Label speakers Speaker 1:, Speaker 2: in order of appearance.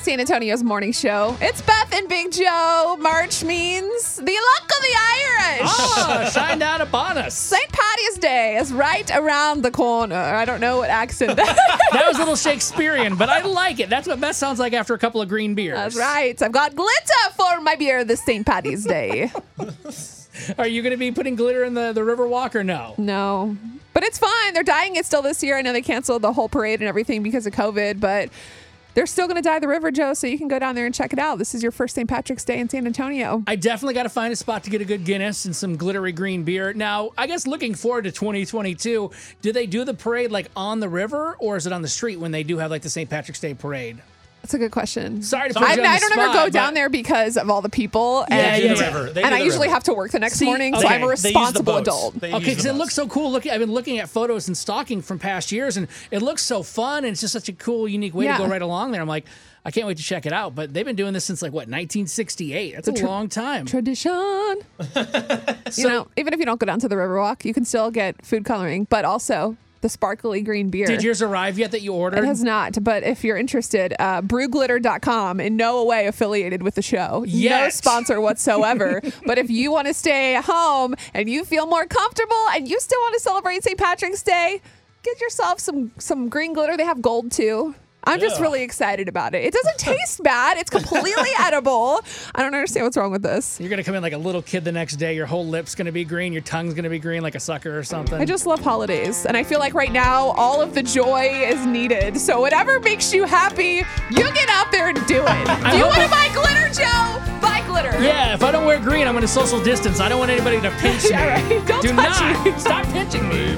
Speaker 1: San Antonio's morning show. It's Beth and Big Joe. March means the luck of the Irish.
Speaker 2: Ah, shine down upon us.
Speaker 1: St. Patty's Day is right around the corner. I don't know what accent that
Speaker 2: That was a little Shakespearean, but I like it. That's what Beth sounds like after a couple of green beers.
Speaker 1: That's right. I've got glitter for my beer this St. Patty's Day.
Speaker 2: Are you going to be putting glitter in the, the river walk or no?
Speaker 1: no. But it's fine. They're dying it still this year. I know they canceled the whole parade and everything because of COVID, but they're still going to dye the river, Joe. So you can go down there and check it out. This is your first St. Patrick's Day in San Antonio.
Speaker 2: I definitely got to find a spot to get a good Guinness and some glittery green beer. Now, I guess looking forward to 2022, do they do the parade like on the river or is it on the street when they do have like the St. Patrick's Day parade?
Speaker 1: That's a good question.
Speaker 2: Sorry to put
Speaker 1: I,
Speaker 2: you on
Speaker 1: I
Speaker 2: the
Speaker 1: don't ever
Speaker 2: spot,
Speaker 1: go
Speaker 2: but-
Speaker 1: down there because of all the people.
Speaker 2: Yeah,
Speaker 1: and
Speaker 2: yeah,
Speaker 3: They do the
Speaker 2: yeah.
Speaker 3: river. They
Speaker 1: and
Speaker 3: do
Speaker 1: I
Speaker 3: the
Speaker 1: usually
Speaker 3: river.
Speaker 1: have to work the next
Speaker 2: See,
Speaker 1: morning, so
Speaker 2: okay.
Speaker 1: I'm a
Speaker 2: They
Speaker 3: They use the
Speaker 1: responsible
Speaker 3: boats.
Speaker 1: adult.
Speaker 3: They use
Speaker 2: Okay,
Speaker 3: the
Speaker 2: because it
Speaker 3: boats.
Speaker 2: looks so cool. Looking, I've been looking at photos and stalking from past years, and it looks so fun. And it's just such a cool, unique way
Speaker 1: Yeah.
Speaker 2: to go right along there. I'm like, I can't wait to check it out. But they've been doing this since like what 1968. That's a long time.
Speaker 1: Tradition. you know, even if you don't go down to the Riverwalk, you can still get food coloring, but also the sparkly green beer.
Speaker 2: Did yours arrive yet that you ordered?
Speaker 1: It has not, but if you're interested, uh, brewglitter.com in no way affiliated with the show. No
Speaker 2: Yet.
Speaker 1: sponsor whatsoever. but if you want to stay at home and you feel more comfortable and you still want to celebrate St. Patrick's Day, get yourself some some green glitter. They have gold too. I'm just
Speaker 3: Ugh.
Speaker 1: really excited about it. It doesn't taste bad. It's completely edible. I don't understand what's wrong with this.
Speaker 2: You're gonna come in like a little kid the next day. Your whole lips gonna be green. Your tongue's gonna be green like a sucker or something.
Speaker 1: I just love holidays, and I feel like right now all of the joy is needed. So whatever makes you happy, you get out there and do it. Do you want
Speaker 2: hope
Speaker 1: to
Speaker 2: I-
Speaker 1: buy glitter, Joe? Buy glitter.
Speaker 2: yeah, if I don't wear green, I'm gonna social distance. I don't want anybody to pinch me.
Speaker 1: Yeah, right. Don't
Speaker 2: Do
Speaker 1: touch
Speaker 2: not
Speaker 1: me.
Speaker 2: stop pinching me.